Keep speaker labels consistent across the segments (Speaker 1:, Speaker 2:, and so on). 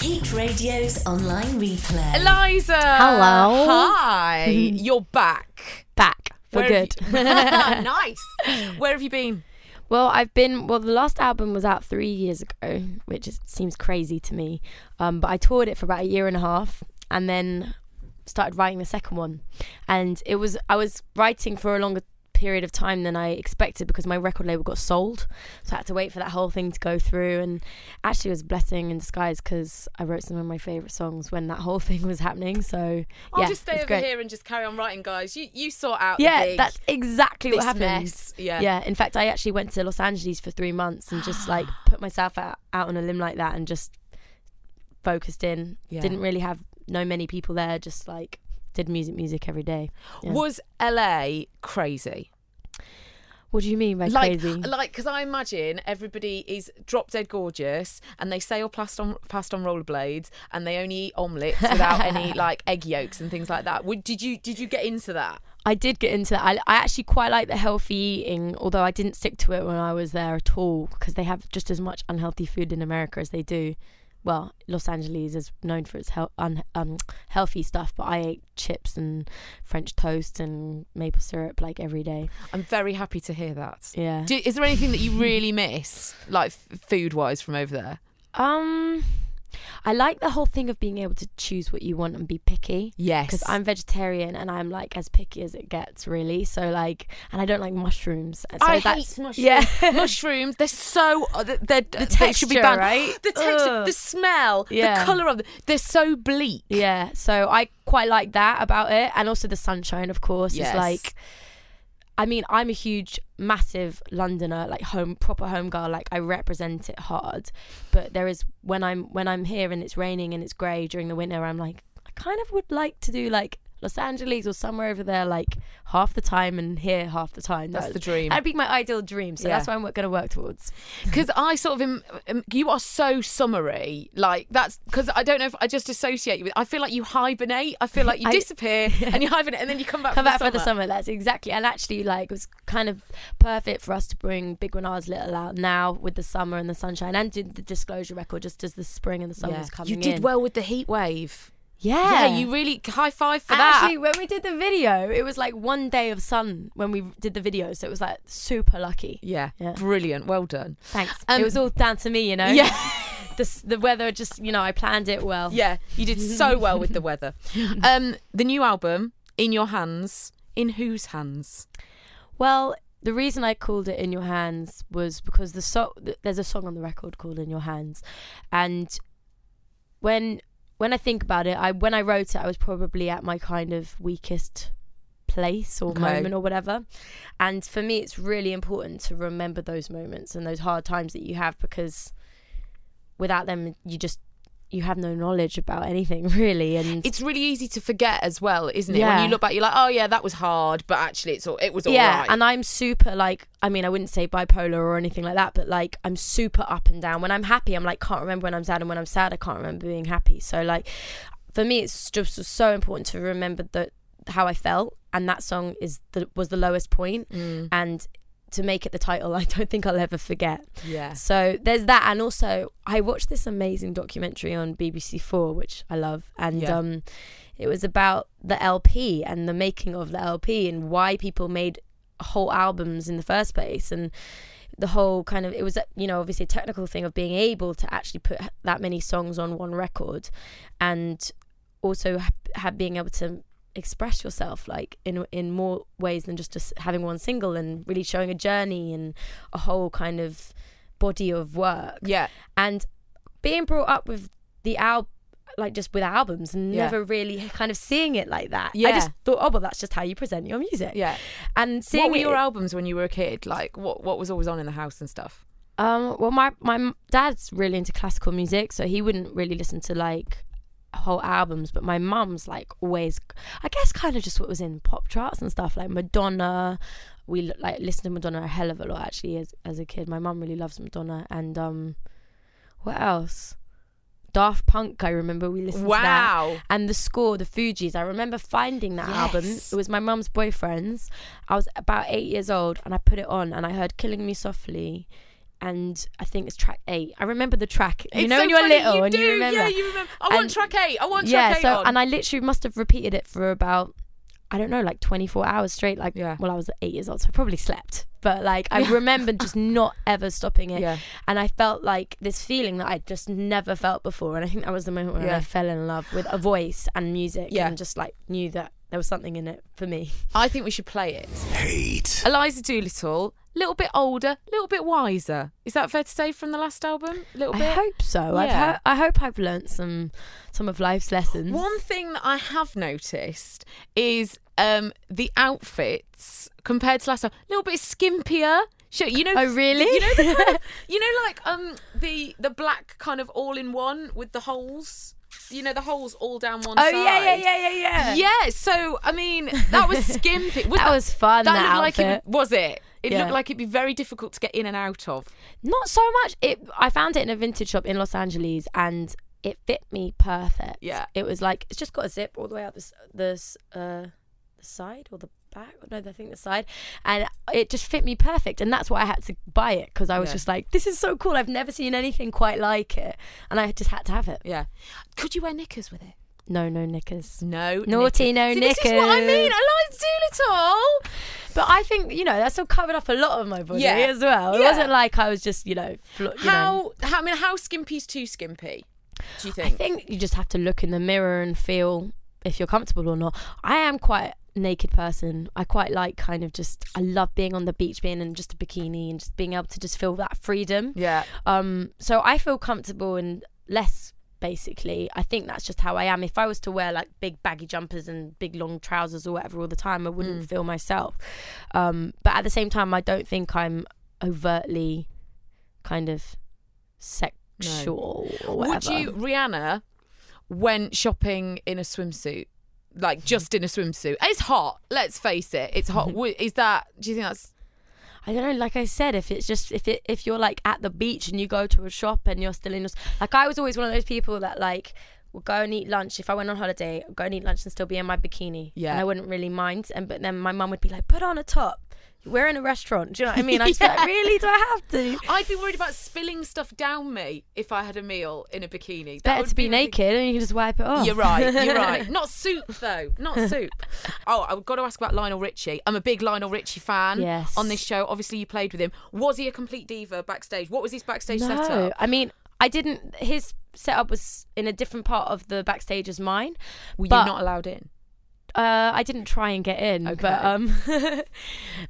Speaker 1: Peak Radio's online replay.
Speaker 2: Eliza.
Speaker 3: Hello.
Speaker 2: Hi. You're back.
Speaker 3: Back for
Speaker 2: Where have
Speaker 3: good.
Speaker 2: you- nice. Where have you been?
Speaker 3: well, I've been. Well, the last album was out three years ago, which is, seems crazy to me. Um, but I toured it for about a year and a half, and then started writing the second one. And it was I was writing for a longer period of time than I expected because my record label got sold, so I had to wait for that whole thing to go through. And actually, it was a blessing in disguise because I wrote some of my favorite songs when that whole thing was happening. So
Speaker 2: I'll
Speaker 3: yeah,
Speaker 2: just stay
Speaker 3: it's
Speaker 2: over
Speaker 3: great.
Speaker 2: here and just carry on writing, guys. You you sort out. the
Speaker 3: Yeah,
Speaker 2: big-
Speaker 3: that's exactly what
Speaker 2: this
Speaker 3: happened.
Speaker 2: mess. Yeah.
Speaker 3: yeah. In fact, I actually went to Los Angeles for three months and just like put myself out, out on a limb like that and just focused in.
Speaker 2: Yeah.
Speaker 3: Didn't really have no many people there. Just like did music, music every day. Yeah.
Speaker 2: Was LA crazy?
Speaker 3: What do you mean by
Speaker 2: like,
Speaker 3: crazy?
Speaker 2: Like, because I imagine everybody is drop dead gorgeous, and they sail past on past on rollerblades, and they only eat omelets without any like egg yolks and things like that. Would, did you did you get into that?
Speaker 3: I did get into that. I, I actually quite like the healthy eating, although I didn't stick to it when I was there at all because they have just as much unhealthy food in America as they do. Well, Los Angeles is known for its health, un, um, healthy stuff, but I ate chips and French toast and maple syrup like every day.
Speaker 2: I'm very happy to hear that.
Speaker 3: Yeah.
Speaker 2: Do, is there anything that you really miss, like f- food wise, from over there?
Speaker 3: um, I like the whole thing of being able to choose what you want and be picky.
Speaker 2: Yes,
Speaker 3: because I'm vegetarian and I'm like as picky as it gets, really. So like, and I don't like mushrooms. So
Speaker 2: I
Speaker 3: that's,
Speaker 2: hate mushrooms.
Speaker 3: Yeah,
Speaker 2: mushrooms. They're so they're, they're, the they should be
Speaker 3: texture,
Speaker 2: banned.
Speaker 3: right?
Speaker 2: The texture,
Speaker 3: Ugh.
Speaker 2: the smell, the
Speaker 3: Yeah.
Speaker 2: color of them. They're so bleak.
Speaker 3: yeah. So I quite like that about it, and also the sunshine, of course.
Speaker 2: Yes.
Speaker 3: It's like, I mean, I'm a huge, massive Londoner, like home proper home girl. Like I represent it hard, but there is when I'm when I'm here and it's raining and it's grey during the winter, I'm like, I kind of would like to do like. Los Angeles or somewhere over there, like half the time and here half the time.
Speaker 2: That's
Speaker 3: That-
Speaker 2: the dream.
Speaker 3: That'd be my ideal dream. So
Speaker 2: Yeah.
Speaker 3: that's what I'm going to work towards.
Speaker 2: because I sort of am, am- you are so summery. Like that's because I don't know if I just associate you with. I feel like you hibernate. I feel like you
Speaker 3: I-
Speaker 2: disappear and you hibernate and then you come back.
Speaker 3: come
Speaker 2: for
Speaker 3: back
Speaker 2: the
Speaker 3: for the summer. That's exactly, and actually, like, it was kind of perfect for us to bring Big Renard's Little out now with the summer and the sunshine, and did the Disclosure record just as the spring and the summer was coming
Speaker 2: you did
Speaker 3: in.
Speaker 2: well with the heat wave.
Speaker 3: yeah.
Speaker 2: you really high five for
Speaker 3: And
Speaker 2: that.
Speaker 3: Actually, when we did the video, it was like one day of sun when we did the video, so it was like super lucky.
Speaker 2: yeah,
Speaker 3: Yeah.
Speaker 2: brilliant. Well done.
Speaker 3: Thanks.
Speaker 2: Um,
Speaker 3: it was all down to me, you know.
Speaker 2: Yeah.
Speaker 3: The s- the weather just, you know, I planned it well.
Speaker 2: Yeah, you did so well with the weather. Um, the new album, In Your Hands, in whose hands?
Speaker 3: Well, the reason I called it "In Your Hands" was because the so- th- there's a song on the record called "In Your Hands," and when when I think about it, I when I wrote it, I was probably at my kind of weakest place or
Speaker 2: Okay.
Speaker 3: moment or whatever. And for me, it's really important to remember those moments and those hard times that you have because without them, you just you have no knowledge about anything really. And
Speaker 2: It's really easy to forget as well, isn't it? When
Speaker 3: Yeah.
Speaker 2: you look back, you're like, oh yeah, that was hard, but actually, it's all, it was all right.
Speaker 3: yeah and i'm super like i mean i wouldn't say bipolar or anything like that but like i'm super up and down when i'm happy i'm like can't remember when i'm sad and when i'm sad i can't remember being happy so like for me it's just so important to remember that how i felt and that song is the was the lowest point
Speaker 2: Mm.
Speaker 3: and to make it the title i don't think i'll ever forget
Speaker 2: yeah.
Speaker 3: so there's that, and also I watched this amazing documentary on BBC Four, which I love, and
Speaker 2: Yeah.
Speaker 3: um, it was about the LP and the making of the LP and why people made whole albums in the first place, and the whole kind of it was you know obviously a technical thing of being able to actually put that many songs on one record, and also ha- have being able to express yourself like in in more ways than just, just having one single and really showing a journey and a whole kind of body of work
Speaker 2: Yeah,
Speaker 3: and being brought up with the al like just with albums and
Speaker 2: Yeah.
Speaker 3: never really kind of seeing it like that
Speaker 2: Yeah.
Speaker 3: i just thought oh well that's just how you present your music
Speaker 2: yeah.
Speaker 3: and seeing
Speaker 2: What were
Speaker 3: it,
Speaker 2: your albums when you were a kid? Like, what what was always on in the house and stuff?
Speaker 3: Um, well, my my m- dad's really into classical music, so he wouldn't really listen to like whole albums. But my mum's like always, I guess, kind of just what was in pop charts and stuff, like Madonna. We l- like listened to Madonna a hell of a lot actually as as a kid. My mum really loves Madonna, and um, what else? Daft Punk. I remember we listened to that
Speaker 2: Wow.
Speaker 3: and the score, the Fugees. I remember finding that album.
Speaker 2: Yes.
Speaker 3: It was my mum's boyfriend's. I was about eight years old, and I put it on, and I heard "Killing Me Softly," and I think it's track eight. I remember the track. You
Speaker 2: It's
Speaker 3: know
Speaker 2: so
Speaker 3: when you were
Speaker 2: funny,
Speaker 3: little
Speaker 2: you
Speaker 3: and
Speaker 2: do,
Speaker 3: you remember.
Speaker 2: Yeah, you remember. I want
Speaker 3: And-
Speaker 2: track eight. I want
Speaker 3: yeah.
Speaker 2: track eight.
Speaker 3: So
Speaker 2: on.
Speaker 3: and I literally must have repeated it for about I don't know, like twenty four hours straight. Like
Speaker 2: Yeah.
Speaker 3: well, I was eight years old, so I probably slept. But like I remember just not ever stopping it.
Speaker 2: yeah,
Speaker 3: And I felt like this feeling that I'd just never felt before. And I think that was the moment when
Speaker 2: Yeah.
Speaker 3: I fell in love with a voice and music
Speaker 2: Yeah.
Speaker 3: and just like knew that there was something in it for me.
Speaker 2: I think we should play it.
Speaker 4: Hate.
Speaker 2: Eliza Doolittle, little bit older, little bit wiser. Is that fair to say from the last album? Little
Speaker 3: I
Speaker 2: bit.
Speaker 3: hope so. I've
Speaker 2: Yeah.
Speaker 3: ho- I hope I've learnt some some of life's lessons.
Speaker 2: One thing that I have noticed is um, the outfits compared to last time, a little bit skimpier. Sure, you know.
Speaker 3: Oh, really?
Speaker 2: You know, the kind of- you know, like um, the the black kind of all in one with the holes. You know, the holes all down one
Speaker 3: Oh
Speaker 2: side.
Speaker 3: yeah, yeah, yeah, yeah, yeah.
Speaker 2: Yeah, so I mean, that was skimpy. Was
Speaker 3: that, was fun. That,
Speaker 2: that looked like
Speaker 3: outfit.
Speaker 2: it was it. It
Speaker 3: Yeah.
Speaker 2: looked like it'd be very difficult to get in and out of.
Speaker 3: Not so much. It. I found it in a vintage shop in Los Angeles, and it fit me perfect.
Speaker 2: Yeah.
Speaker 3: It was like it's just got a zip all the way up this this uh the side or the back. No, I think the side, and it just fit me perfect. And that's why I had to buy it because I was
Speaker 2: Yeah.
Speaker 3: just like, this is so cool. I've never seen anything quite like it, and I just had to have it.
Speaker 2: Yeah. Could you wear knickers with it?
Speaker 3: No, no knickers.
Speaker 2: No.
Speaker 3: Naughty, no
Speaker 2: knickers. See, This is what I mean.
Speaker 3: knickers.
Speaker 2: Eliza Doolittle.
Speaker 3: But I think you know that still covered up a lot of my body
Speaker 2: Yeah.
Speaker 3: as well. It
Speaker 2: Yeah.
Speaker 3: wasn't like I was just you know, fl- you know
Speaker 2: How, how? I mean, how skimpy's too skimpy? Do you
Speaker 3: I
Speaker 2: think?
Speaker 3: think you just have to look in the mirror and feel if you're comfortable or not. I am quite a naked person. I quite like kind of just I love being on the beach, being in just a bikini and just being able to just feel that freedom.
Speaker 2: Yeah.
Speaker 3: Um so I feel comfortable in less basically. I think that's just how I am. If I was to wear like big baggy jumpers and big long trousers or whatever all the time, I
Speaker 2: Mm.
Speaker 3: wouldn't feel myself. Um but at the same time I don't think I'm overtly kind of sexual or whatever.
Speaker 2: Would you, Rihanna, went shopping in a swimsuit? Like just in a swimsuit. It's hot. Let's face it. It's hot. Would- Is that? Do you think that's?
Speaker 3: I don't know. Like I said, if it's just if it if you're like at the beach and you go to a shop and you're still in, your, like I was always one of those people that like would go and eat lunch if I went on holiday. I'd go and eat lunch and still be in my bikini.
Speaker 2: Yeah.
Speaker 3: and I wouldn't really mind. And but then my mum would be like, "Put on a top. We're in a restaurant. Do you know what I mean?" I just be
Speaker 2: Yeah.
Speaker 3: like, "Really? Do I have to?"
Speaker 2: I'd be worried about spilling stuff down me if I had a meal in a bikini. That
Speaker 3: Better
Speaker 2: would
Speaker 3: to be,
Speaker 2: ridic-
Speaker 3: naked and you can just wipe it off.
Speaker 2: You're right. You're right. Not soup though. Not soup. Oh, I've got to ask about Lionel Richie. I'm a big Lionel Richie fan.
Speaker 3: Yes.
Speaker 2: On this show, obviously you played with him. Was he a complete diva backstage? What was his backstage setup?
Speaker 3: I mean, I didn't. His setup was in a different part of the backstage as mine.
Speaker 2: Were
Speaker 3: but-
Speaker 2: you not allowed in?
Speaker 3: Uh, I didn't try and get in, but
Speaker 2: Okay.
Speaker 3: um,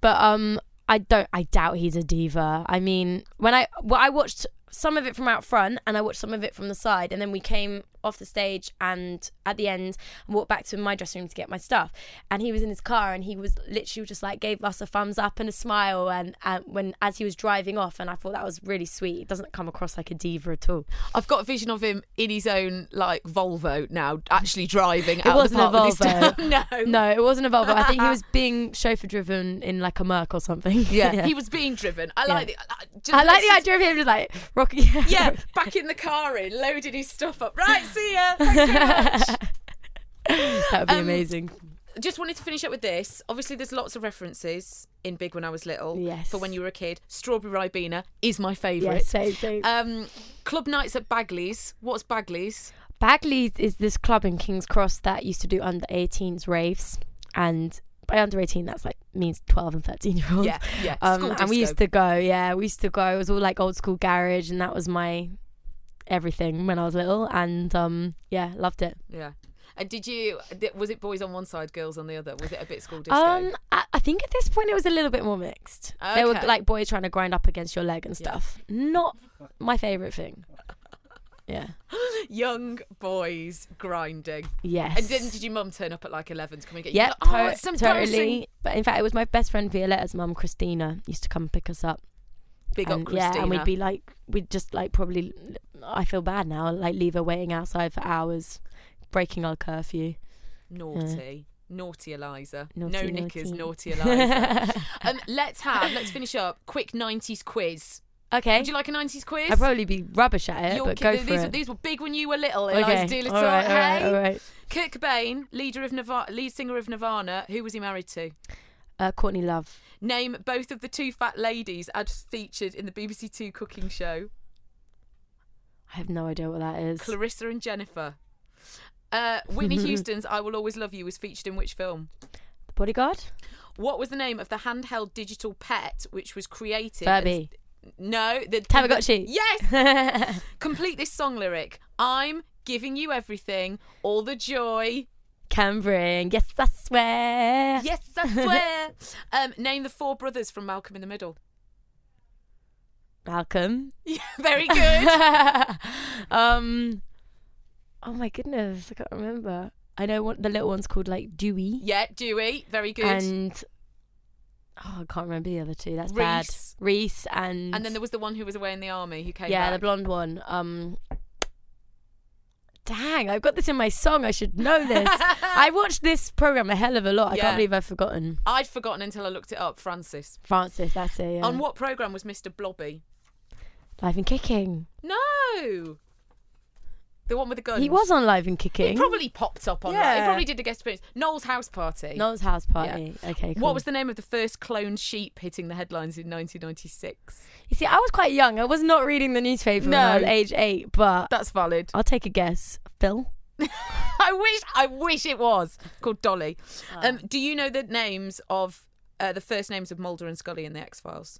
Speaker 3: but um, I don't. I doubt he's a diva. I mean, when I well, I watched some of it from out front, and I watched some of it from the side, and then we came off the stage, and at the end, I walked back to my dressing room to get my stuff, and he was in his car, and he was literally just like gave us a thumbs up and a smile, and, and when as he was driving off, and I thought that was really sweet. It doesn't come across like a diva at all.
Speaker 2: I've got a vision of him in his own like Volvo now, actually driving out
Speaker 3: wasn't a
Speaker 2: of the park
Speaker 3: Volvo.
Speaker 2: Of this town. no.
Speaker 3: No, it wasn't a Volvo. I think he was being chauffeur driven in like a Merc or something.
Speaker 2: Yeah. He was being driven. I like the.
Speaker 3: I like the idea of him just like rocking. Yeah,
Speaker 2: Yeah, back in the car in, loading his stuff up. Right, see ya. Thanks very much. Um,
Speaker 3: that would be amazing.
Speaker 2: just wanted to finish up with this. Obviously, there's lots of references in Big When I Was Little.
Speaker 3: Yes.
Speaker 2: For when you were a kid. Strawberry Ribena is my favourite.
Speaker 3: Yeah, same, same.
Speaker 2: Um, club nights at Bagley's. What's Bagley's?
Speaker 3: Bagley's is this club in King's Cross that used to do under 18s raves, and by under 18 that's like means 12 and 13 year olds.
Speaker 2: Yeah, yeah.
Speaker 3: Um,
Speaker 2: school
Speaker 3: and we used
Speaker 2: disco.
Speaker 3: to go. Yeah, we used to go. It was all like old school garage, and that was my everything when I was little. And um, yeah, loved it.
Speaker 2: Yeah. And did you? th- Was it boys on one side, girls on the other? Was it a bit school disco?
Speaker 3: Um, I, I think at this point it was a little bit more mixed. They were
Speaker 2: Okay.
Speaker 3: like boys trying to grind up against your leg and
Speaker 2: Yeah.
Speaker 3: stuff. Not my favorite thing. Yeah.
Speaker 2: Young boys grinding.
Speaker 3: Yes.
Speaker 2: And then did your mum turn up at like eleven to come and get you?
Speaker 3: Yep,
Speaker 2: Like, oh,
Speaker 3: to-
Speaker 2: it's embarrassing.
Speaker 3: totally. But in fact, it was my best friend Violetta's mum, Christina, used to come pick us up.
Speaker 2: Big
Speaker 3: and,
Speaker 2: up, Christina.
Speaker 3: Yeah, and we'd be like, we'd just like probably, I feel bad now, like leave her waiting outside for hours, breaking our curfew.
Speaker 2: naughty, naughty Eliza. no
Speaker 3: Naughty,
Speaker 2: knickers,
Speaker 3: naughty.
Speaker 2: naughty Eliza. um, let's have. Let's finish up. Quick nineties quiz.
Speaker 3: Okay.
Speaker 2: Would you like a 90s quiz?
Speaker 3: I'd probably be rubbish at Eh? it,
Speaker 2: Your
Speaker 3: but
Speaker 2: ki-
Speaker 3: go
Speaker 2: th-
Speaker 3: for
Speaker 2: these,
Speaker 3: it.
Speaker 2: were- these were big when you were little.
Speaker 3: okay.
Speaker 2: Eliza Doolittle.
Speaker 3: all right, all right,
Speaker 2: hey?
Speaker 3: all right.
Speaker 2: Kurt Cobain, leader of Nirvana, lead singer of Nirvana. Who was he married to?
Speaker 3: Uh, Courtney Love.
Speaker 2: Name both of the two fat ladies as featured in the BBC Two cooking show
Speaker 3: I have no idea what that is.
Speaker 2: Clarissa and Jennifer. Uh, Whitney Houston's I Will Always Love You was featured in which film?
Speaker 3: the Bodyguard?
Speaker 2: What was the name of the handheld digital pet which was created? and-
Speaker 3: Furby.
Speaker 2: No, the
Speaker 3: Tamagotchi.
Speaker 2: Yes! Complete this song lyric. I'm giving you everything, all the joy.
Speaker 3: Can bring. Yes, I swear.
Speaker 2: Yes, I swear. um, name the four brothers from Malcolm in the Middle.
Speaker 3: Malcolm.
Speaker 2: Yeah, very good.
Speaker 3: um. Oh my goodness, I can't remember. I know what the little one's called, like Dewey.
Speaker 2: yeah, Dewey, very good.
Speaker 3: And oh, I can't remember the other two. That's bad.
Speaker 2: Reese.
Speaker 3: Reese and
Speaker 2: and then there was the one who was away in the army who came
Speaker 3: yeah, the
Speaker 2: back.
Speaker 3: blonde one. Um. Dang, I've got this in my song. I should know Oh, this. I watched this program a hell of a lot. I
Speaker 2: Yeah.
Speaker 3: can't believe I've forgotten.
Speaker 2: I'd forgotten until I looked it up, Francis.
Speaker 3: Francis, that's it. Yeah.
Speaker 2: On what programme was Mr. Blobby?
Speaker 3: Live and Kicking.
Speaker 2: No! The one with the guns.
Speaker 3: Oh, He was on Live and Kicking.
Speaker 2: Probably popped up on that. He
Speaker 3: Yeah.
Speaker 2: probably did a guest appearance. Noel's house party.
Speaker 3: Noel's house party. Okay. Cool.
Speaker 2: What was the name of the first cloned sheep hitting the headlines in 1996?
Speaker 3: You see, I was quite young. I was not reading the newspaper when I was
Speaker 2: No.
Speaker 3: age eight, but
Speaker 2: That's valid.
Speaker 3: I'll take a guess. Phil?
Speaker 2: I wish, I wish it was It's called Dolly. Um, do you know the names of uh, the first names of Mulder and Scully in the X Files?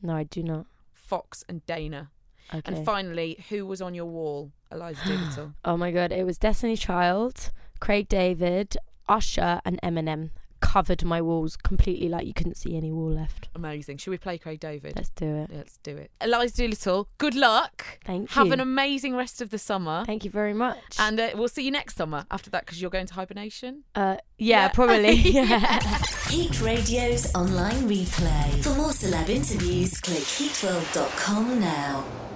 Speaker 3: No, I do not.
Speaker 2: Fox and Dana.
Speaker 3: Okay.
Speaker 2: And finally, who was on your wall? Eliza Doolittle.
Speaker 3: oh my god, it was Destiny Child, Craig David, Usher, and Eminem. Covered my walls completely, like you couldn't see any wall left.
Speaker 2: Amazing. Should we play Craig David?
Speaker 3: Let's do it.
Speaker 2: Let's do it. Eliza Doolittle, good luck.
Speaker 3: Thank
Speaker 2: Have
Speaker 3: you.
Speaker 2: an amazing rest of the summer.
Speaker 3: Thank you very much.
Speaker 2: And uh, we'll see you next summer after that because you're going to hibernation.
Speaker 3: uh, yeah, probably. yeah.
Speaker 1: Heat Radio's online replay. For more celeb interviews, click heatworld.com now.